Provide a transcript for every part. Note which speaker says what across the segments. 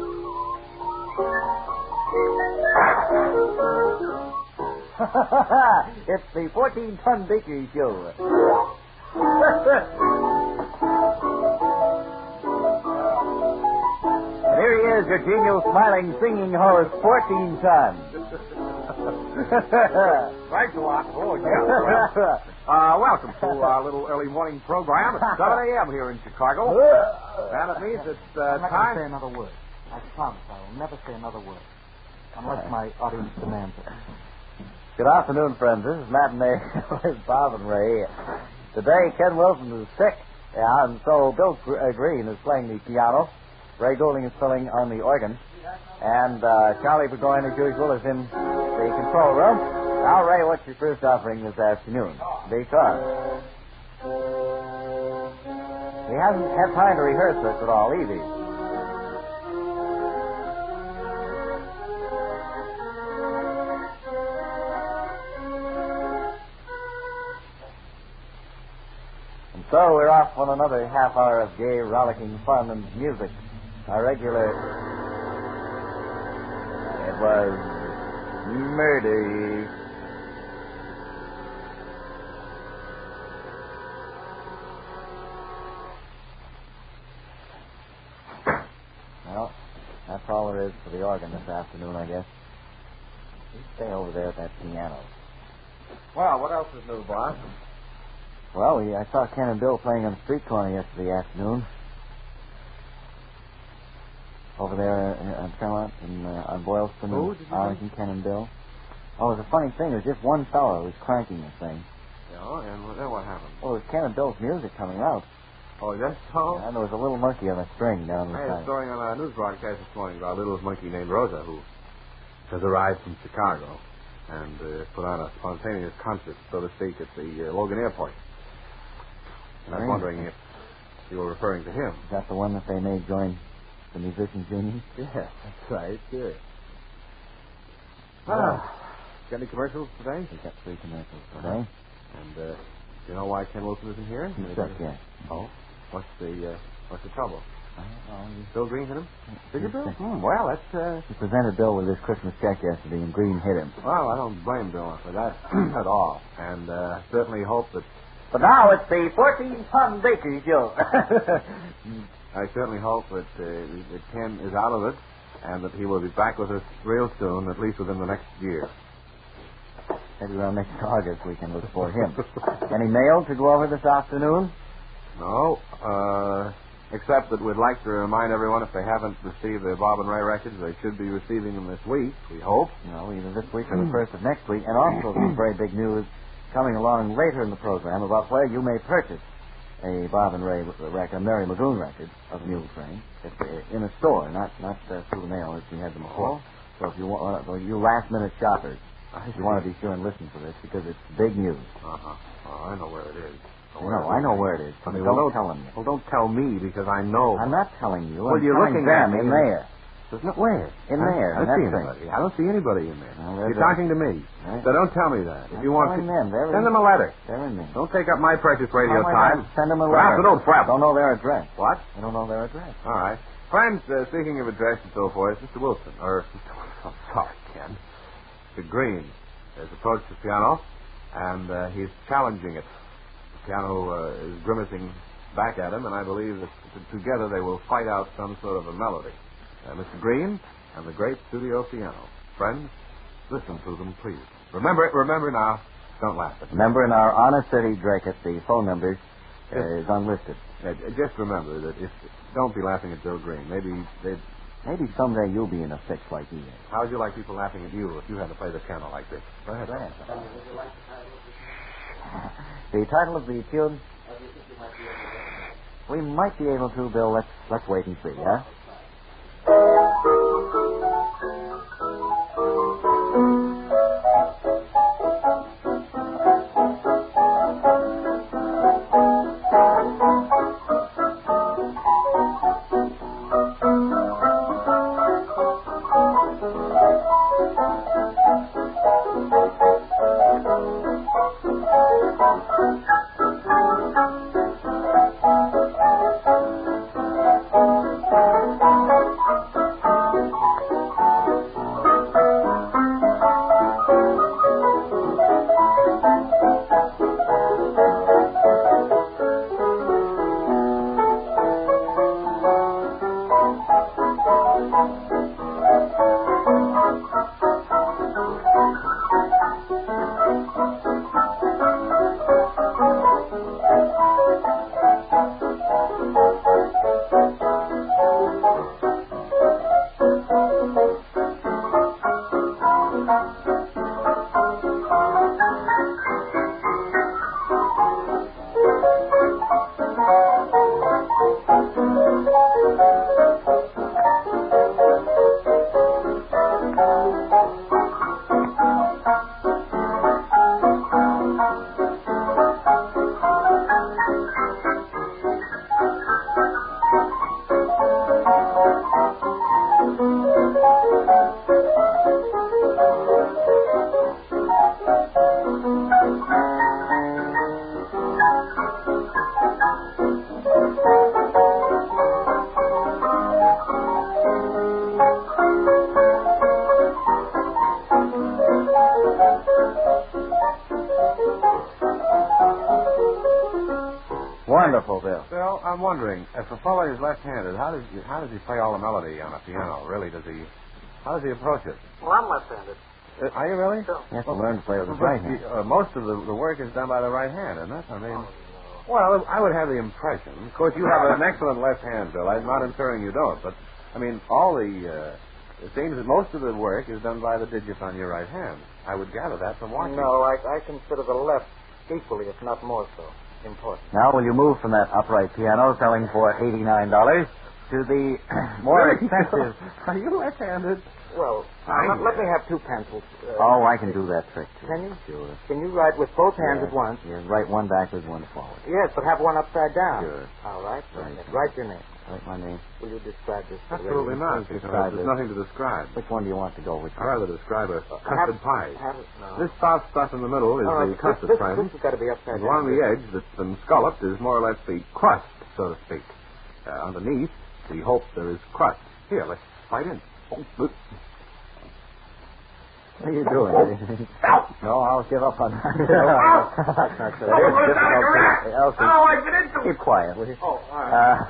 Speaker 1: it's the 14 Ton Bakery Show. there he is, your genial, smiling, singing horse, 14 Ton.
Speaker 2: Thanks a lot. Oh,
Speaker 1: uh,
Speaker 2: welcome to our little early morning program at 7 a.m. here in Chicago. And it means it's uh,
Speaker 3: I'm not going to say
Speaker 2: time.
Speaker 3: another word. I promise I will never say another word. Unless my audience demands it.
Speaker 1: Good afternoon, friends. This is Matinee with Bob and Ray. Today, Ken Wilson is sick, yeah, and so Bill Gr- uh, Green is playing the piano. Ray Goulding is filling on the organ. And uh, Charlie Burgoyne, as usual, is in the control room. Now, Ray, what's your first offering this afternoon? Because. He hasn't had time to rehearse this at all, either. And so we're off on another half hour of gay, rollicking fun and music. Our regular. It was murder. Well, that's all there is for the organ this afternoon, I guess. You stay over there at that piano.
Speaker 2: Well, what else is new, boss?
Speaker 1: Well, we, I saw Ken and Bill playing on the street corner yesterday afternoon. Over there uh, on Tremont and uh, on Boylston
Speaker 2: Who
Speaker 1: and
Speaker 2: Oh, did you
Speaker 1: Arlington, Ken and Bill. Oh, it was a funny thing. There was just one fellow who was cranking the thing.
Speaker 2: Yeah, oh, and what- then what happened?
Speaker 1: Oh, it was Ken and Bill's music coming out.
Speaker 2: Oh, yes, so?
Speaker 1: And there was a little monkey on a string down the
Speaker 2: I had a
Speaker 1: side.
Speaker 2: story on our news broadcast this morning about a little monkey named Rosa who has arrived from Chicago and uh, put on a spontaneous concert, so to speak, at the uh, Logan Airport. And I
Speaker 1: Very
Speaker 2: was wondering if you were referring to him.
Speaker 1: Is that the one that they made join the musicians union?
Speaker 2: Yes, that's right. Good. Ah, got any commercials today?
Speaker 1: They got three commercials eh?
Speaker 2: Uh-huh.
Speaker 1: today.
Speaker 2: And uh, you know why Ken Wilson isn't here?
Speaker 1: He's sick, yeah.
Speaker 2: Oh, what's the uh, what's the trouble?
Speaker 1: Oh, you-
Speaker 2: Bill Green hit him. Did you,
Speaker 1: He's
Speaker 2: Bill?
Speaker 1: sick.
Speaker 2: Hmm, well, that's uh,
Speaker 1: He presented Bill with his Christmas check yesterday, and Green hit him.
Speaker 2: well, I don't blame Bill for that at all, and uh, certainly hope that
Speaker 1: But now it's the 14 ton bakery show.
Speaker 2: I certainly hope that, uh, that Ken is out of it, and that he will be back with us real soon, at least within the next year.
Speaker 1: Maybe around next August we can look for him. Any mail to go over this afternoon?
Speaker 2: No, uh, except that we'd like to remind everyone if they haven't received their Bob and Ray records, they should be receiving them this week, we hope.
Speaker 1: No, either this week or the first of next week. And also some very big news coming along later in the program about where you may purchase a Bob and Ray record, a Mary Magoon record of Mule Train if, uh, in a store, not not uh, through the mail as we had them before. So if you want, uh, you last minute shoppers, you want to be sure and listen to this because it's big news.
Speaker 2: Uh-huh. Oh, I know where it is.
Speaker 1: I know, I know where it is.
Speaker 2: I
Speaker 1: but
Speaker 2: mean,
Speaker 1: don't
Speaker 2: well,
Speaker 1: tell them.
Speaker 2: Well, don't tell me, because I know.
Speaker 1: I'm not telling you.
Speaker 2: Well,
Speaker 1: I'm
Speaker 2: you're
Speaker 1: telling
Speaker 2: looking at
Speaker 1: them
Speaker 2: me.
Speaker 1: in there.
Speaker 2: There's no, where?
Speaker 1: In
Speaker 2: I,
Speaker 1: there,
Speaker 2: I don't
Speaker 1: that
Speaker 2: see
Speaker 1: thing.
Speaker 2: anybody. I don't see anybody in there.
Speaker 1: Well, there's
Speaker 2: You're
Speaker 1: a-
Speaker 2: talking to me.
Speaker 1: Right.
Speaker 2: So don't tell me that. If
Speaker 1: I'm
Speaker 2: you want to,
Speaker 1: telling them. They're
Speaker 2: send
Speaker 1: in-
Speaker 2: them a letter.
Speaker 1: They're in there.
Speaker 2: Don't take up my precious radio
Speaker 1: Oh, my
Speaker 2: time.
Speaker 1: God. Send them a
Speaker 2: Well,
Speaker 1: letter.
Speaker 2: so don't fret.
Speaker 1: Don't know their address.
Speaker 2: What?
Speaker 1: I don't know their address.
Speaker 2: All right. Friends, uh, speaking of address and so forth, Mr. Wilson, or I'm sorry, Ken, Mr. Green has approached the piano, and uh, he's challenging it. The piano uh, is grimacing back at him, and I believe that t- together they will fight out some sort of a melody. Uh, Mr. Green and the great studio piano. Friends, listen to them, please. Remember it. Remember now. Don't laugh at me.
Speaker 1: Remember, in our Honor City Drake, the phone number uh, is unlisted.
Speaker 2: Uh, j- just remember that if don't be laughing at Bill Green. Maybe they
Speaker 1: Maybe someday you'll be in a fix like he is.
Speaker 2: How would you like people laughing at you if you had to play the piano like this? Go ahead.
Speaker 1: The title of the tune. We might be able to, Bill. Let's let's wait and see, huh?
Speaker 4: Thank
Speaker 1: Wonderful, Bill.
Speaker 2: Well, I'm wondering if a fellow is left-handed, how does he, how does he play all the melody on a piano? Really, does he? How does he approach it?
Speaker 3: Well, I'm left-handed.
Speaker 2: Uh, Are you really?
Speaker 3: Sure.
Speaker 1: You have to learn to play with his
Speaker 2: Well,
Speaker 1: right hand.
Speaker 2: the- uh, most of the, the work is done by the right hand, isn't it? I mean,
Speaker 3: no.
Speaker 2: well, I would have the impression. Of course, you have an excellent left hand, Bill. I'm not inferring you don't, but I mean, all the uh, it seems that most of the work is done by the digits on your right hand. I would gather that from watching.
Speaker 3: No, I, I consider the left equally, if not more so, important.
Speaker 1: Now, will you move from that upright piano selling for $89 to the more expensive?
Speaker 2: Are you left-handed?
Speaker 3: Well,
Speaker 2: Fine.
Speaker 3: let, let me have two pencils. Uh,
Speaker 1: Oh, I can do that trick. too.
Speaker 3: Can you?
Speaker 1: Sure.
Speaker 3: Can you write with both hands
Speaker 1: Yeah.
Speaker 3: at once?
Speaker 1: Yeah, right one backwards, one forward.
Speaker 3: Yes, but have one upside down.
Speaker 1: Sure.
Speaker 3: All right.
Speaker 1: Right.
Speaker 3: Okay. Write your name.
Speaker 1: Right, my name.
Speaker 3: Will you describe this? to the
Speaker 2: Absolutely
Speaker 3: radio?
Speaker 2: not.
Speaker 1: Describe
Speaker 2: because
Speaker 1: it.
Speaker 2: There's nothing to describe.
Speaker 1: Which one do you want to go with?
Speaker 2: I rather describe a
Speaker 3: Uh, Have-
Speaker 2: custard pie.
Speaker 3: Have it. No.
Speaker 2: This soft stuff in the middle is
Speaker 3: All right,
Speaker 2: the
Speaker 3: this-
Speaker 2: custard
Speaker 3: this,
Speaker 2: pie.
Speaker 3: this has got to be upside
Speaker 2: And
Speaker 3: down.
Speaker 2: along the edge that's been scalloped is more or less the crust, so to speak. Uh, underneath, we hope there is crust. Here, let's bite in. Oh, look.
Speaker 1: What are you doing? no, I'll give up on that. That's not so difficult. Elsie, keep quiet, will you?
Speaker 3: Oh, all right.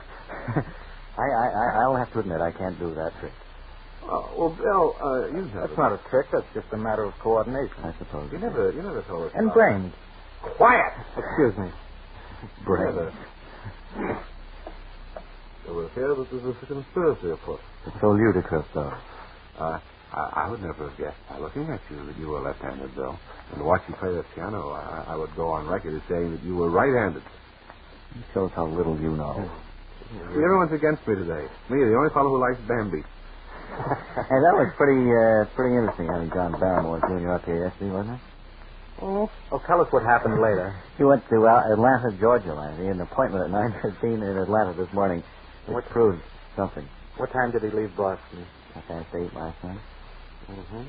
Speaker 1: Uh, I, I, I- I'll have to admit I can't do that trick.
Speaker 2: Oh, well, Bill, uh, you never,
Speaker 3: that's not a trick. That's just a matter of coordination.
Speaker 1: I suppose.
Speaker 2: you never, you never told us.
Speaker 1: And
Speaker 2: about
Speaker 1: brains.
Speaker 3: Quiet. Excuse me.
Speaker 2: it. You
Speaker 1: Brains.
Speaker 2: never. It was here that there was a conspiracy afoot.
Speaker 1: It's so ludicrous, though.
Speaker 2: Uh, I, I would never have guessed by looking at you that you were left-handed, Bill. And watch you play the piano, I, I would go on record as saying that you were right-handed.
Speaker 1: It shows how little you know.
Speaker 2: Everyone's against me today. Me, the only fellow who likes Bambi.
Speaker 1: Hey, that was pretty uh, pretty interesting having John Barrymore Jr. up here yesterday, wasn't it?
Speaker 3: Oh. oh, tell us what happened later.
Speaker 1: He went to uh, Atlanta, Georgia, last He had an appointment at 9.15 in Atlanta this morning. It
Speaker 3: What-
Speaker 1: proved something.
Speaker 3: What time did he leave Boston?
Speaker 1: I can't say last night.
Speaker 3: Mm-hmm.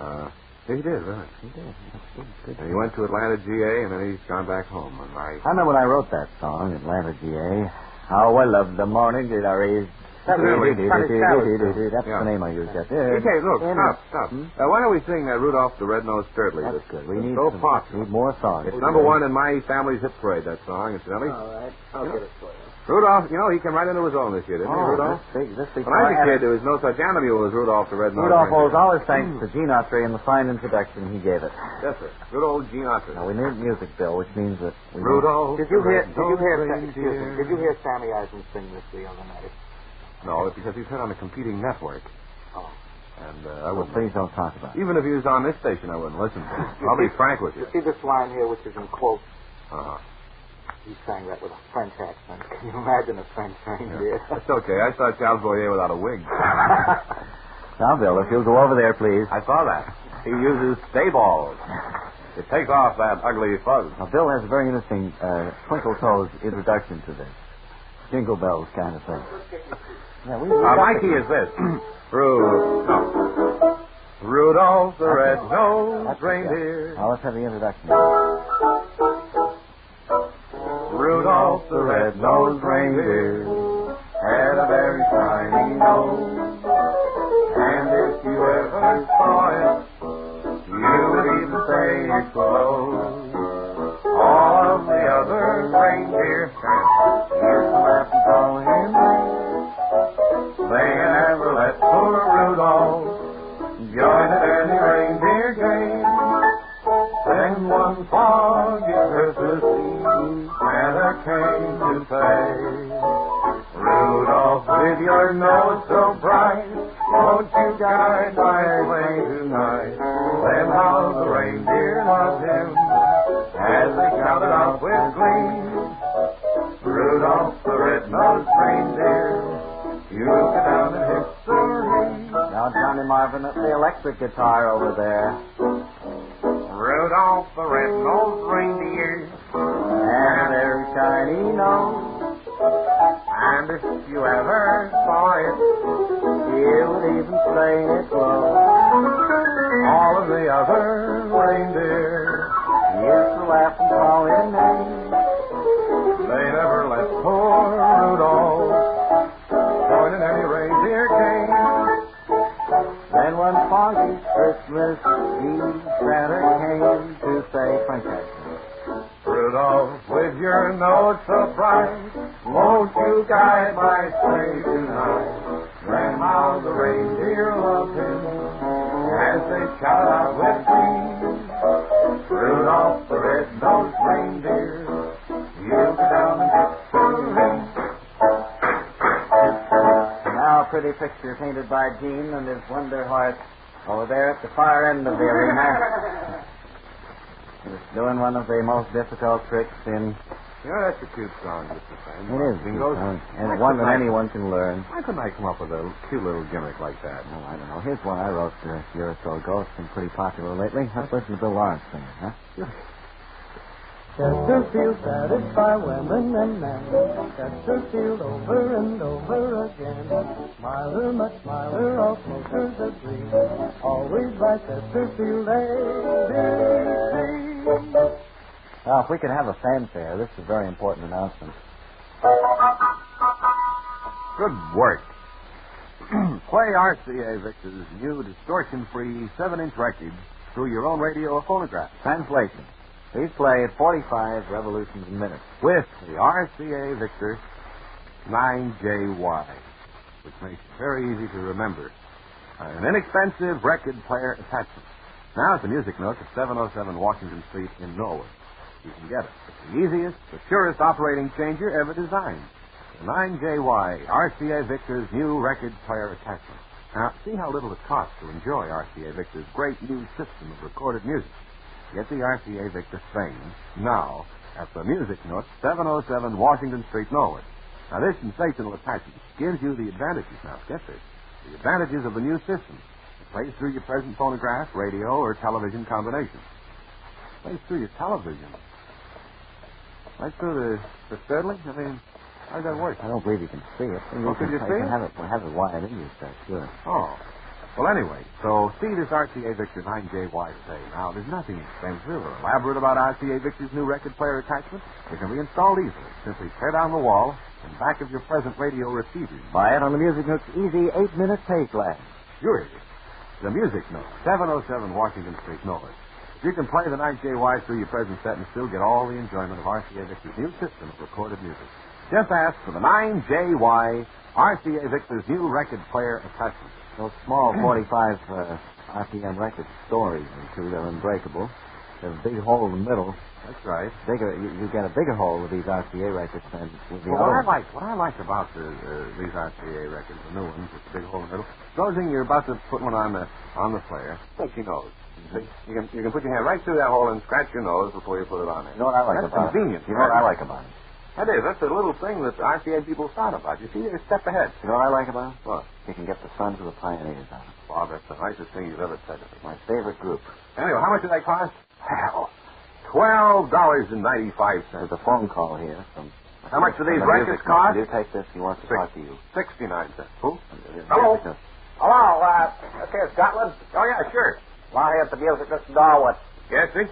Speaker 2: Uh, he did, really.
Speaker 1: He did.
Speaker 2: And he went to Atlanta GA, and then he's gone back home. And I.
Speaker 1: I remember when I wrote that song, Atlanta, GA. How I loved the morning did I raise...
Speaker 3: That was
Speaker 2: Really?
Speaker 3: Sonny Sanders.
Speaker 1: That's
Speaker 2: Yeah.
Speaker 1: the name I used up there.
Speaker 2: Okay, look,
Speaker 1: Yeah.
Speaker 2: stop, stop.
Speaker 1: Hmm?
Speaker 2: Uh, why don't we sing that Rudolph the Red-Nosed Turtley?
Speaker 1: That's
Speaker 2: that's
Speaker 1: good. We
Speaker 2: that's
Speaker 1: need,
Speaker 2: so
Speaker 1: some-
Speaker 2: popular.
Speaker 1: need more songs.
Speaker 2: It's number one in my family's hit parade, that song, incidentally.
Speaker 3: All right. I'll get it for you.
Speaker 2: Rudolph, you know, he came right into his own this year, didn't he,
Speaker 1: Oh,
Speaker 2: Rudolph?
Speaker 1: this big, this big
Speaker 2: When I was a kid, there was no such animal as Rudolph Hmm. the Red-Nosed
Speaker 1: Rudolph owes
Speaker 2: Reindeer.
Speaker 1: all his thanks to Gene Autry and the fine introduction he gave it.
Speaker 2: Yes, sir. Good old Gene Autry.
Speaker 1: Now, we need music, Bill, which means that we
Speaker 2: Rudolph.
Speaker 3: Did you
Speaker 2: the
Speaker 3: hear? Did you hear?
Speaker 2: Red-Nosed
Speaker 3: Sa- excuse me.
Speaker 2: Reindeer.
Speaker 3: Did you hear Sammy Eisen sing this the other night?
Speaker 2: No, it's because he's heard on a competing network.
Speaker 3: Oh.
Speaker 2: And uh, I
Speaker 1: Well,
Speaker 2: wouldn't.
Speaker 1: please don't talk about it.
Speaker 2: Even if he was on this station, I wouldn't listen to him. I'll be frank with you.
Speaker 3: You see this line here, which is in quotes.
Speaker 2: Uh-huh.
Speaker 3: He sang that with a French accent. Can you imagine a French reindeer?
Speaker 2: That's okay. I saw Charles Boyer without a wig.
Speaker 1: Now, Bill, if you'll go over there, please.
Speaker 2: I saw that. He uses stay balls. It takes off that ugly fuzz.
Speaker 1: Now, Bill has a very interesting uh, Twinkle Toes introduction to this. Jingle bells kind of thing. Yeah, we
Speaker 2: Now, my key Uh, is this. Ru- no. Rudolph the
Speaker 1: That's it,
Speaker 2: red-nosed
Speaker 1: yeah.
Speaker 2: reindeer.
Speaker 1: Now, let's have the introduction.
Speaker 2: Rudolph the red-nosed reindeer had a very shiny nose. And if you ever saw it, You would even say it's close. All of the other reindeer used to laugh and call him They never let poor Rudolph join at any reindeer game. Then one foggy Christmas Eve, Santa came to say, Rudolph, with your nose so bright, won't you guide my way tonight?
Speaker 1: That's the guitar over there.
Speaker 4: Rudolph the red-nosed reindeer,
Speaker 1: And their shiny nose.
Speaker 4: and if you ever saw it,
Speaker 1: He would even play it low. All of the other reindeer used to laugh and call him names.
Speaker 2: They never let poor Rudolph join in any reindeer game.
Speaker 1: Then one foggy Christmas Eve, Santa came to say, Princess,
Speaker 2: Rudolph, with your nose so bright, won't you guide my sleigh tonight? Grandma, the reindeer loved him as they shouted out with glee. Rudolph, the red-nosed reindeer, you go down and get some me.
Speaker 1: now a pretty picture painted by Jean and his wonder horse over there at the far end of the arena. He was doing one of the most difficult tricks in.
Speaker 2: You know, that's a cute song, Mr. Fine. Goes,
Speaker 1: And one that anyone can learn.
Speaker 2: Why couldn't I come up with a cute little gimmick like that?
Speaker 1: Well, I don't know. Here's one I wrote uh, a year or so ago. It's been pretty popular lately. Let's listen to Bill Lawrence sing it, huh?
Speaker 5: Chesterfield satisfy women and men. Chesterfield over and over again. Smiler, much smiler, all smokers agree. Always by Chesterfield ABC.
Speaker 1: Now, if we could have a fanfare, this is a very important announcement.
Speaker 2: Good work. Play RCA Victor's new distortion free 7 inch record through your own radio or phonograph
Speaker 1: Translation. These play at 45 revolutions a minute.
Speaker 2: with the RCA Victor 9JY, which makes it very easy to remember. Uh, An inexpensive record player attachment. Now at the Music Nook at 707 Washington Street in Norwood. You can get it. It's the easiest, the surest operating changer ever designed. The 9JY, RCA Victor's new record player attachment. Now, see how little it costs to enjoy RCA Victor's great new system of recorded music. Get the RCA Victor thing now at the Music Nook, 707 Washington Street, Norwood. Now, this sensational attachment gives you the advantages. Now, get this. The advantages of the new system. It plays through your present phonograph, radio, or television combination. Plays through your television. Plays through the, the fiddling? I mean, how does that work?
Speaker 1: I don't believe you can see it.
Speaker 2: Oh, can you
Speaker 1: I
Speaker 2: see it?
Speaker 1: Have it? We'll have it wired in you, sir. Sure.
Speaker 2: Oh. Well, anyway, so see this RCA Victor 9JY today. Now, there's nothing expensive or elaborate about RCA Victor's new record player attachment. It can be installed easily. Simply tear down the wall and back of your present radio receiver.
Speaker 1: Buy it on the Music Nook's easy eight-minute pay plan.
Speaker 2: Sure. The Music Note, 707 Washington Street, Norwood. You can play the 9JY through your present set and still get all the enjoyment of RCA Victor's new system of recorded music. Just ask for the 9JY RCA Victor's new record player attachment.
Speaker 1: Those small 45 uh, RPM record stories, too, they're unbreakable. There's a big hole in the middle.
Speaker 2: That's right.
Speaker 1: Bigger, you, you get a bigger hole with these RCA records than with the
Speaker 2: Well, what I
Speaker 1: old.
Speaker 2: like, what I like about the, uh, these RCA records, the new ones with the big hole in the middle, supposing you're about to put one on the on the player, touch your nose. See, You can you can put your hand right through that hole and scratch your nose before you put it on there.
Speaker 1: You know what I like
Speaker 2: That's
Speaker 1: about
Speaker 2: convenient.
Speaker 1: it? You know what I like about it?
Speaker 2: That is, that's a little thing that RCA people thought about. You see, they're a step ahead.
Speaker 1: You know what I like about it?
Speaker 2: Well,
Speaker 1: You can get the Sons of the Pioneers on it.
Speaker 2: Bob, that's the nicest thing you've ever said to me.
Speaker 1: My favorite group.
Speaker 2: Anyway, how much did that cost? Hell, twelve dollars and ninety-five
Speaker 1: There's
Speaker 2: cents.
Speaker 1: a phone call here from.
Speaker 2: How much do these
Speaker 1: from the
Speaker 2: records
Speaker 1: music
Speaker 2: cost?
Speaker 1: company. You take this. He wants to
Speaker 2: Six.
Speaker 1: talk to you.
Speaker 2: Sixty-nine cents. Who?
Speaker 1: Hello.
Speaker 4: hello, uh, this here is Scotland.
Speaker 2: Oh yeah, sure.
Speaker 4: Well, here at the music, Mr. Norwood.
Speaker 2: Yes, sir.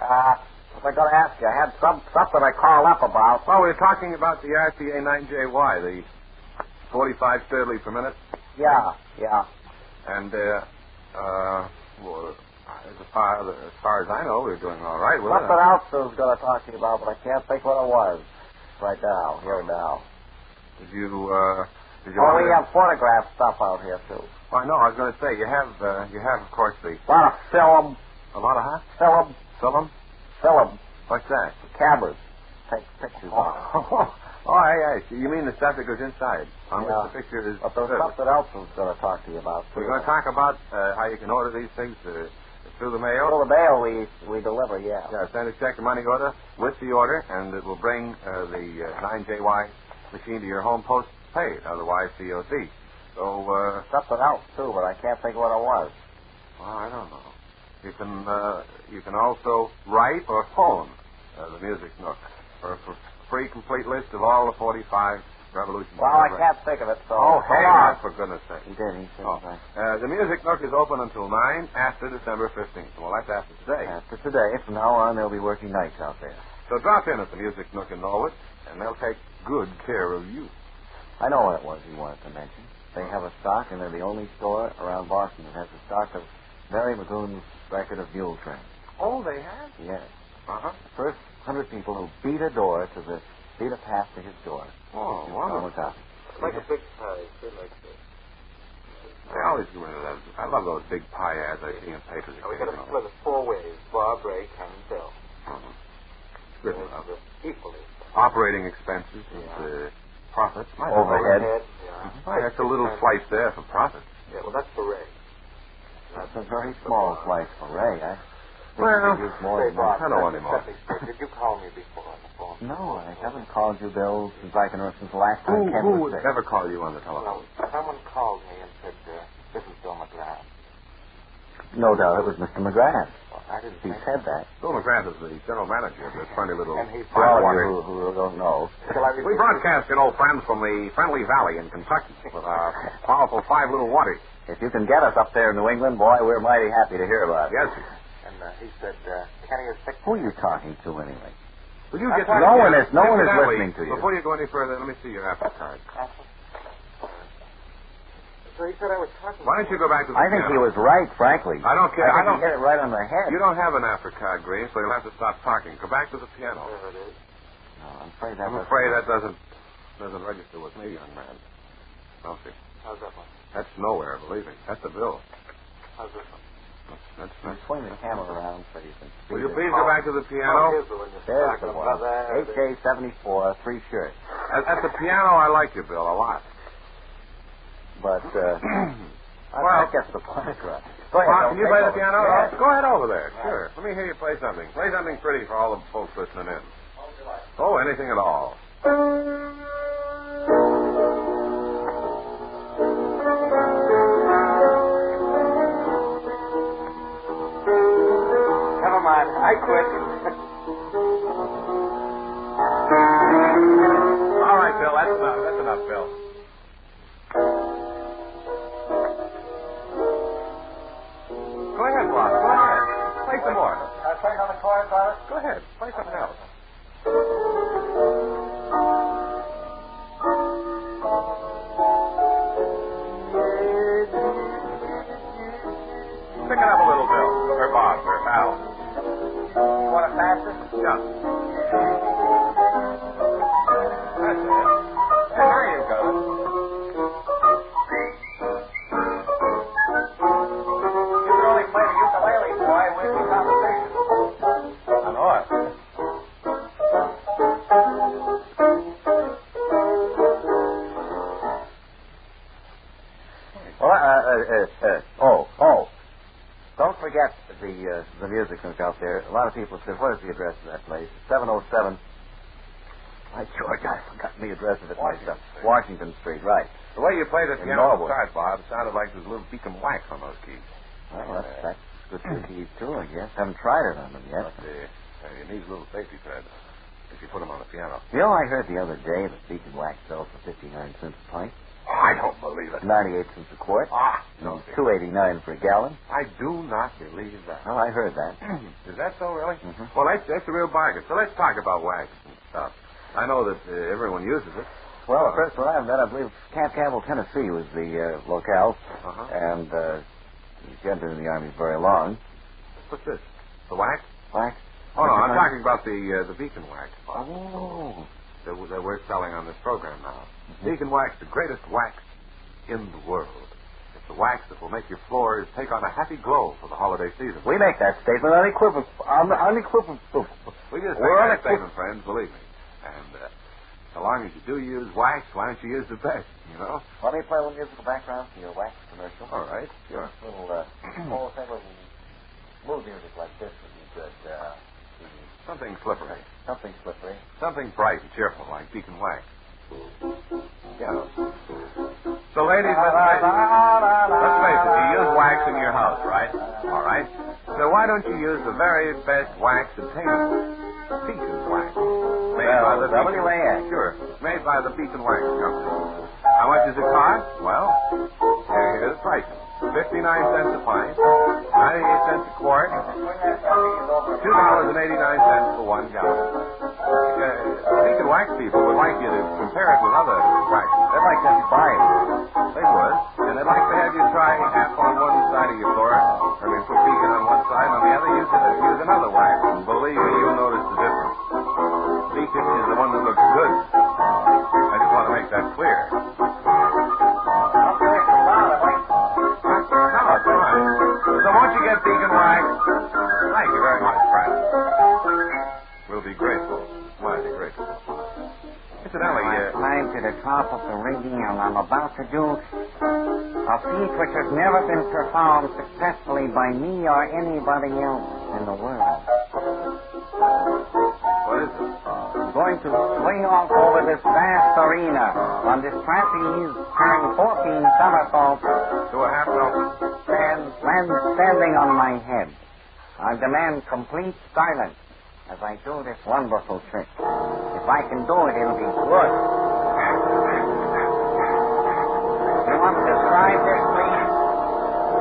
Speaker 4: Uh, what was I going to ask you? I had some, something I called up about.
Speaker 2: Well, we were talking about the RCA 9JY, the 45 Sturley per minute,
Speaker 4: Yeah, yeah.
Speaker 2: and uh, uh, well, as far as far as I know, we are doing all right with
Speaker 4: Something
Speaker 2: it.
Speaker 1: uh,
Speaker 4: else I was going to talk to you about, but I can't think what it was right now, here now.
Speaker 2: Did you? Uh, did you?
Speaker 4: Oh,
Speaker 2: want
Speaker 4: we
Speaker 2: to-
Speaker 4: have photograph stuff out here, too.
Speaker 2: Why, no, I was going to say you have uh, you have of course the
Speaker 4: A lot of film,
Speaker 2: a lot of huh?
Speaker 4: film,
Speaker 2: Film?
Speaker 4: film
Speaker 2: What's that?
Speaker 4: cameras. Take pictures of it.
Speaker 2: Oh, oh, I, I see. You mean the stuff that goes inside on
Speaker 4: Yeah.
Speaker 2: which the picture is.
Speaker 4: But there's
Speaker 2: served.
Speaker 4: something else I was going to talk to you about, too.
Speaker 2: We're going to talk about uh, how you can order these things uh, through the mail.
Speaker 4: Well, the mail we, we deliver, yeah.
Speaker 2: Yeah, send a check or money order with the order, and it will bring uh, the uh, 9JY machine to your home post paid, otherwise COC. So, uh,
Speaker 4: Something else, too, but I can't think what it was.
Speaker 2: Well, I don't know. You can uh, you can also write or phone uh, the Music Nook for a free complete list of all the 45 revolutions.
Speaker 1: Well, I can't think of it, so.
Speaker 2: Oh,
Speaker 1: come
Speaker 2: hang
Speaker 1: on.
Speaker 2: on, for goodness sake.
Speaker 1: He did. He said
Speaker 2: Oh.
Speaker 1: that.
Speaker 2: Uh, the Music Nook is open until 9 after December 15th. Well, that's after today.
Speaker 1: After today, from now on, they'll be working nights out there.
Speaker 2: So drop in at the Music Nook in Norwood, and they'll take good care of you.
Speaker 1: I know what it was he wanted to mention. They have a stock, and they're the only store around Boston that has a stock of Mary McGoon's record of Mule Train.
Speaker 2: Oh, they have?
Speaker 1: Yes.
Speaker 2: Uh-huh.
Speaker 1: First hundred people who beat a door to the beat a path to his door.
Speaker 2: Oh,
Speaker 1: He's
Speaker 2: wonderful.
Speaker 1: on top.
Speaker 3: Like a big pie. Good like this.
Speaker 2: They always do one of those. I love those big pie ads I see in papers.
Speaker 3: Now Oh, we got to
Speaker 2: occasionally.
Speaker 3: split it four ways. Bob, Ray, Ken, and Bill.
Speaker 2: Mhm. It's good enough.
Speaker 3: Those are Equally.
Speaker 2: Operating expenses and uh, profits. My
Speaker 1: Overhead.
Speaker 3: Yeah.
Speaker 2: Mhm. Why, that's a little slice there for profits.
Speaker 3: Yeah, well, that's for Ray.
Speaker 1: That's a very small slice for Ray. I think
Speaker 2: Well,
Speaker 1: he used more
Speaker 3: Say,
Speaker 1: than
Speaker 3: Bob,
Speaker 1: that.
Speaker 2: I don't want
Speaker 3: that's
Speaker 2: him on.
Speaker 3: something big. Did you call me before on the phone?
Speaker 1: No, I haven't called you, Bill, since I can since the last time
Speaker 2: Who,
Speaker 1: Ken
Speaker 2: who
Speaker 1: was
Speaker 2: would
Speaker 1: sick.
Speaker 2: ever call you on the
Speaker 3: Well,
Speaker 2: telephone?
Speaker 3: someone called me and said, uh, this is Bill McGrath.
Speaker 1: No doubt it was Mr. McGrath.
Speaker 3: Well, I didn't
Speaker 1: He
Speaker 3: think
Speaker 1: said that.
Speaker 2: Bill McGrath is the general manager of this funny little
Speaker 3: And he's
Speaker 1: For all
Speaker 2: fine
Speaker 1: of
Speaker 2: water.
Speaker 1: you who, who don't know,
Speaker 3: Shall I
Speaker 2: We
Speaker 3: repeat
Speaker 2: broadcast, you know, friends from the Friendly Valley in Kentucky with our powerful five little waters.
Speaker 1: if you can get us up there in New England, boy, we're mighty happy to hear about it.
Speaker 2: Yes, sir.
Speaker 3: it? And uh, he said, uh, Kenny is sick.
Speaker 1: Who are you talking to, anyway?
Speaker 2: Will you
Speaker 3: I'm
Speaker 2: get
Speaker 3: sorry.
Speaker 1: No one is- no one is
Speaker 2: Incidentally,
Speaker 1: listening to you.
Speaker 2: Before you go any further, let me see your apple card.
Speaker 3: So he said I was talking
Speaker 2: Why don't you go back to the
Speaker 1: I think he
Speaker 2: piano?
Speaker 1: was right, frankly.
Speaker 2: I don't care. I
Speaker 1: I think
Speaker 2: don't-
Speaker 1: he hit it right on the head.
Speaker 2: You don't have an after card, Green, so you'll have to stop talking. Go back to the piano.
Speaker 3: Whatever it is.
Speaker 1: No, I'm afraid that
Speaker 2: I'm
Speaker 1: was...
Speaker 2: afraid that doesn't doesn't register with me, young man. Don't you?
Speaker 3: How's that one?
Speaker 2: That's nowhere, believe me. That's the bill.
Speaker 3: How's this one?
Speaker 2: That's, that's
Speaker 1: Swing the camera around so you can see.
Speaker 2: Will you
Speaker 1: the-
Speaker 2: please go back to the
Speaker 3: Oh,
Speaker 2: piano?
Speaker 3: here's the one you're
Speaker 1: There's the
Speaker 3: talking about.
Speaker 1: one.
Speaker 3: There it is.
Speaker 1: HK-74, three shirts.
Speaker 2: At, at the piano, I like you, Bill, a lot.
Speaker 1: But, uh, I,
Speaker 2: Well-
Speaker 1: I guess the point across. Go ahead, Bill,
Speaker 2: Bob, can you
Speaker 1: take
Speaker 2: play the
Speaker 1: over.
Speaker 2: piano?
Speaker 1: Yeah.
Speaker 2: Oh, Go ahead over there. Sure. Let me hear you play something. Play something pretty for all the folks listening in. Oh, anything at all.
Speaker 3: Never mind. I quit.
Speaker 2: All right, Bill. That's enough. That's enough, Bill. Go ahead, Bob. Go ahead. Play some more.
Speaker 3: I played on the chord, Bob.
Speaker 2: Go ahead. Play something else. Pick it up a little, Bill. Or Bob. Or Al.
Speaker 3: You want it faster?
Speaker 2: Yeah. That's it. There you go.
Speaker 3: You can only play the ukulele, boy. We'll be competition.
Speaker 2: I know it.
Speaker 1: Well, uh, uh, uh, uh, oh, oh. Don't forget the uh, the music nook out there. A lot of people said, what is the address of that place? 707. By George, I forgot the address of it myself. Washington Street, right.
Speaker 2: The way you play the
Speaker 1: In
Speaker 2: piano
Speaker 1: Norwood.
Speaker 2: start, Bob, sounded like there's a little beacon wax on those keys.
Speaker 1: Well, that's, that's good for keys, too, I guess. Haven't tried it on them yet.
Speaker 2: But, uh, uh, you need a little safety thread if you put them on the piano.
Speaker 1: You know, I heard the other day that Beacon Wax sells for 59 cents a pint,
Speaker 2: Oh, I don't believe it.
Speaker 1: 98 cents a quart,
Speaker 2: Ah, no.
Speaker 1: and 289 for a gallon.
Speaker 2: I do not believe that.
Speaker 1: Well, I heard that.
Speaker 2: Is that so, really?
Speaker 1: Mhm.
Speaker 2: Well, that's, that's a real bargain. So let's talk about wax and stuff. I know that uh, everyone uses it.
Speaker 1: Well, the first one I met, I believe, Camp Campbell, Tennessee was the uh, locale.
Speaker 2: Uh-huh.
Speaker 1: And uh, he hadn't been in the Army very long.
Speaker 2: What's this? The wax?
Speaker 1: Wax?
Speaker 2: Oh, no,
Speaker 1: What's
Speaker 2: I'm
Speaker 1: your
Speaker 2: talking about the uh, the beacon wax
Speaker 1: Oh.
Speaker 2: that, w- that we're selling on this program now.
Speaker 1: Mm-hmm.
Speaker 2: Beacon wax, the greatest wax in the world. It's the wax that will make your floors take on a happy glow for the holiday season.
Speaker 1: We make that statement unequivocal. Un- unequivocal.
Speaker 2: We just
Speaker 1: We're on
Speaker 2: make that
Speaker 1: a-
Speaker 2: statement, friends, believe me. And uh, so long as you do use wax, why don't you use the best, you know?
Speaker 1: Let me play a little musical background for your wax commercial.
Speaker 2: All right, sure.
Speaker 1: little uh, whole thing with little music like this would be good. Uh,
Speaker 2: Something slippery.
Speaker 1: something slippery.
Speaker 2: Something bright and cheerful, like beacon wax. Yeah. So, ladies, listen, ladies, let's face it. You use wax wax in your house, right? All right. So why don't you use the very best wax obtainable? Beacon wax. Made by the
Speaker 1: Well,
Speaker 2: Beacon.
Speaker 1: WAX.
Speaker 2: Sure. Made by the Beacon Wax Company. How much does it cost? Well, here it is pricing. 59 cents a pint, 98 cents a quart, $2.89 for one gallon. Uh, Beacon Wax people would like you to compare it with other waxes. They'd like to buy it. They would. And they'd like to have you try half on one side of your floor. I mean, put Beacon on one side, and on the other, use, it, use another wax. And believe me, you'll notice the difference. Beacon is the one that looks good. I just want to make that clear. Come on, come on. So won't you get Beacon Wax? Thank you very much, Frank. We'll be grateful. Mighty grateful. Incidentally, uh,
Speaker 1: Climb to the top of the rigging, and I'm about to do a feat which has never been performed successfully by me or anybody else in the world.
Speaker 2: what is it?
Speaker 1: I'm going to swing off over this vast arena on this trapeze, turn 14 somersaults,
Speaker 2: Do a half note.
Speaker 1: and land standing on my head. I demand complete silence as I do this wonderful trick. If I can do it, it'll be good. You want to try this, please?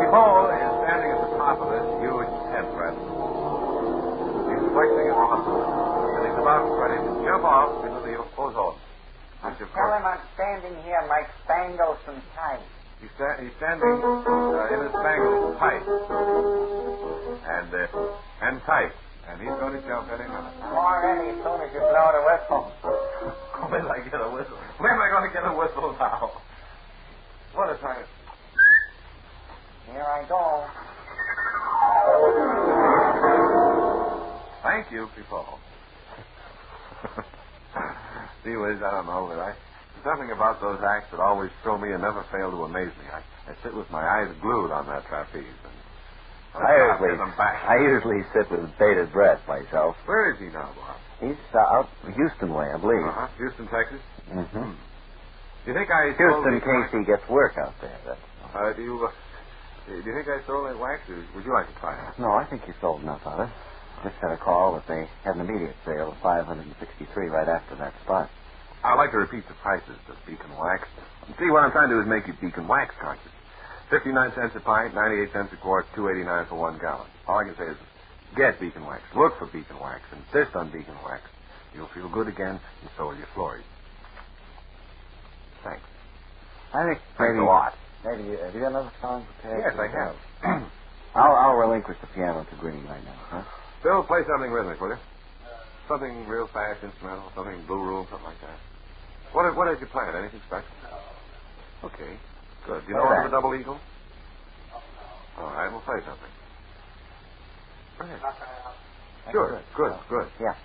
Speaker 2: Nicole is standing at the top of this huge head rest. He's flexing his muscles, and he's about ready to jump off into the ozone. Which, of
Speaker 1: Tell him
Speaker 2: course,
Speaker 1: I'm standing here like spangles and ties.
Speaker 2: he's, sta- he's standing uh, in his spangles tight. And, uh, and tight. And he's going to jump any minute.
Speaker 1: Already, as soon as you blow the whistle.
Speaker 2: When I get a whistle? When am I going to get a whistle now? What a time.
Speaker 1: Here I go.
Speaker 2: Thank you, people. Gee whiz, I don't know, but I something about those acts that always throw me and never fail to amaze me. I, I sit with my eyes glued on that trapeze and
Speaker 1: I usually-
Speaker 2: I'm back.
Speaker 1: I usually sit with bated breath myself.
Speaker 2: Where is he now, Bob?
Speaker 1: He's uh, out Houston way, I believe.
Speaker 2: Uh-huh. Houston, Texas.
Speaker 1: Mm-hmm.
Speaker 2: Do you think I stole
Speaker 1: Houston, in
Speaker 2: the-
Speaker 1: case he gets work out there. But...
Speaker 2: Uh, do you uh, do you think I stole that wax? Or would you like to try it?
Speaker 1: No, I think he sold enough of it. Just had a call that they had an immediate sale of 563 right after that spot.
Speaker 2: I'd like to repeat the prices of beacon wax. See, what I'm trying to do is make you beacon wax conscious. 59 cents a pint, 98 cents a quart, 289 for one gallon. All I can say is get beacon wax. Look for beacon wax. Insist on beacon wax. You'll feel good again, and so will your Flory. Thanks.
Speaker 1: I think
Speaker 2: Thanks
Speaker 1: maybe
Speaker 2: a lot.
Speaker 1: Maybe uh, have you got another song prepared?
Speaker 2: Yes, I have.
Speaker 1: I'll, I'll relinquish the piano to Green right now. Huh?
Speaker 2: Bill, play something rhythmic, will you? Something real fast, instrumental, something blue room, something like that. What are- what is your plan? Anything special? Okay, good. Do you know
Speaker 1: Play
Speaker 2: of the
Speaker 1: that.
Speaker 2: double eagle? All right, we'll play something. Go ahead. Sure, good, good.
Speaker 1: Yeah.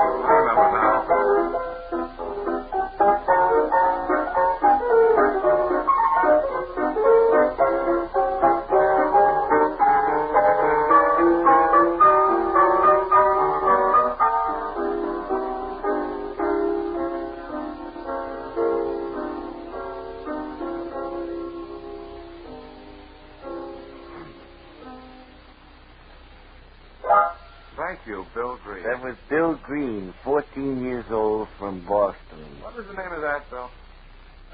Speaker 2: I remember now. Thank you, Bill Green.
Speaker 1: That was Bill Green, 14 years old from Boston.
Speaker 2: What is the name of that, Bill?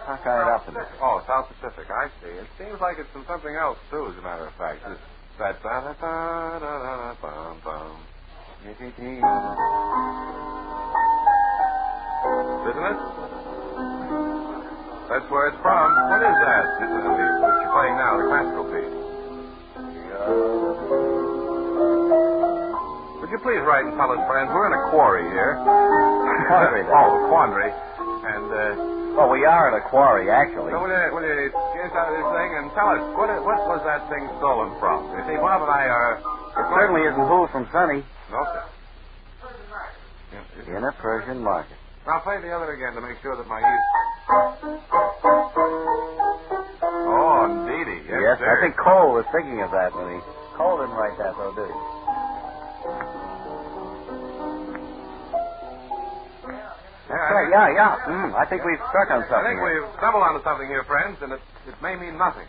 Speaker 1: Cockeyed up in it.
Speaker 2: Oh, South Pacific. I see. It seems like it's from something else too. As a matter of fact, It's that da da da da da bum bum. Isn't it? That's where it's from. What is that? This is the piece that you're playing now, the classical piece. Would you please write and tell us, friends, we're in a quarry here.
Speaker 1: Quarry, then.
Speaker 2: oh, quandary. And, uh,
Speaker 1: Well, we are in a quarry, actually.
Speaker 2: so will you, will you get us out of this thing and tell us, what, what was that thing stolen from? You see, Bob and I are...
Speaker 1: It certainly isn't who from Sunny.
Speaker 2: No, sir. Yeah,
Speaker 1: In a Persian market.
Speaker 2: Now play the other again to make sure that my ears. Oh, indeedy. Yes,
Speaker 1: yes,
Speaker 2: sir.
Speaker 1: I think Cole was thinking of that when he. Cole didn't write that, though, did he?
Speaker 2: Yeah, I
Speaker 1: Right,
Speaker 2: think-
Speaker 1: yeah, yeah. Mm, I think we've struck on
Speaker 2: I
Speaker 1: something.
Speaker 2: think we've stumbled onto something here, friends, and it, it may mean nothing.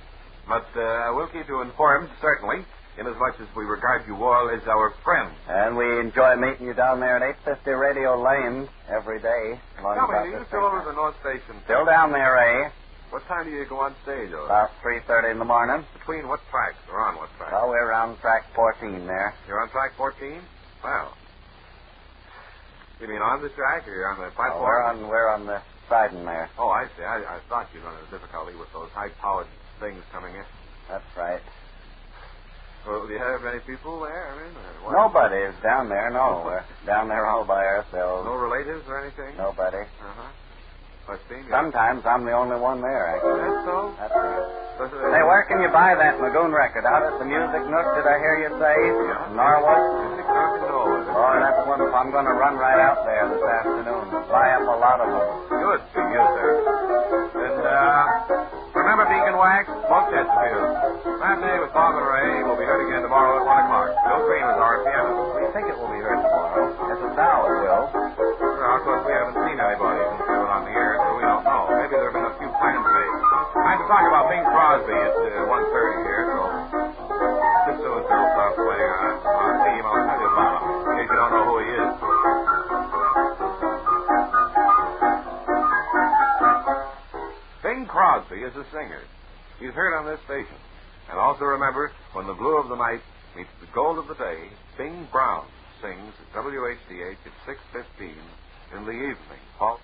Speaker 2: But uh, we'll keep you informed, certainly, inasmuch as we regard you all as our friends.
Speaker 1: And we enjoy meeting you down there at 850 Radio Lane every day. Long
Speaker 2: Tell me,
Speaker 1: about
Speaker 2: are you
Speaker 1: this
Speaker 2: still
Speaker 1: time.
Speaker 2: over at the North Station?
Speaker 1: Still down there, eh?
Speaker 2: What time do you go on stage, or
Speaker 1: About 3.30 in the morning.
Speaker 2: between what tracks or on what tracks?
Speaker 1: Well, we're around track 14 there.
Speaker 2: You're on track 14? Wow. You mean on the track or you're on the
Speaker 1: Uh,
Speaker 2: platform?
Speaker 1: we're on we're on the siding there.
Speaker 2: Oh, I see. I, I thought you'd run into difficulty with those high-powered things coming in.
Speaker 1: That's right.
Speaker 2: Well, do you have any people there? I mean, uh, what?
Speaker 1: Nobody is down there, no. We're down there all by ourselves.
Speaker 2: No relatives or anything?
Speaker 1: Nobody.
Speaker 2: Uh-huh. Let's see.
Speaker 1: Sometimes I'm the only one there, actually.
Speaker 2: That's so.
Speaker 1: That's it.
Speaker 2: That's, uh,
Speaker 1: Hey, where can you buy that Magoon record? Out at the Music Nook, did I hear you say?
Speaker 2: Yeah.
Speaker 1: Norwalk?
Speaker 2: Music Nook in Norwood.
Speaker 1: Oh, that's wonderful. I'm going to run right out there this afternoon. Buy up a lot of them.
Speaker 2: Good for you, sir. And, uh, remember Beacon Wax, smoke Chesterfield. That day with Bob and Ray will be heard again tomorrow at 1 o'clock. Bill Green is our pianist.
Speaker 1: We think it will be heard tomorrow. As of now, it will.
Speaker 2: Well, of course, we haven't seen anybody since we went on the air, so we don't know. Maybe there have been a few plans made. Time to talk about Bing Crosby at uh, 1.30 here, so... Just soon as Bill stops playing on our team, I'll tell you about him, in case you don't know who he is. Bing Crosby is a singer. He's heard on this station. And also remember, when the blue of the night meets the gold of the day, Bing Brown sings at WHDH at 6.15 in the evening. Paul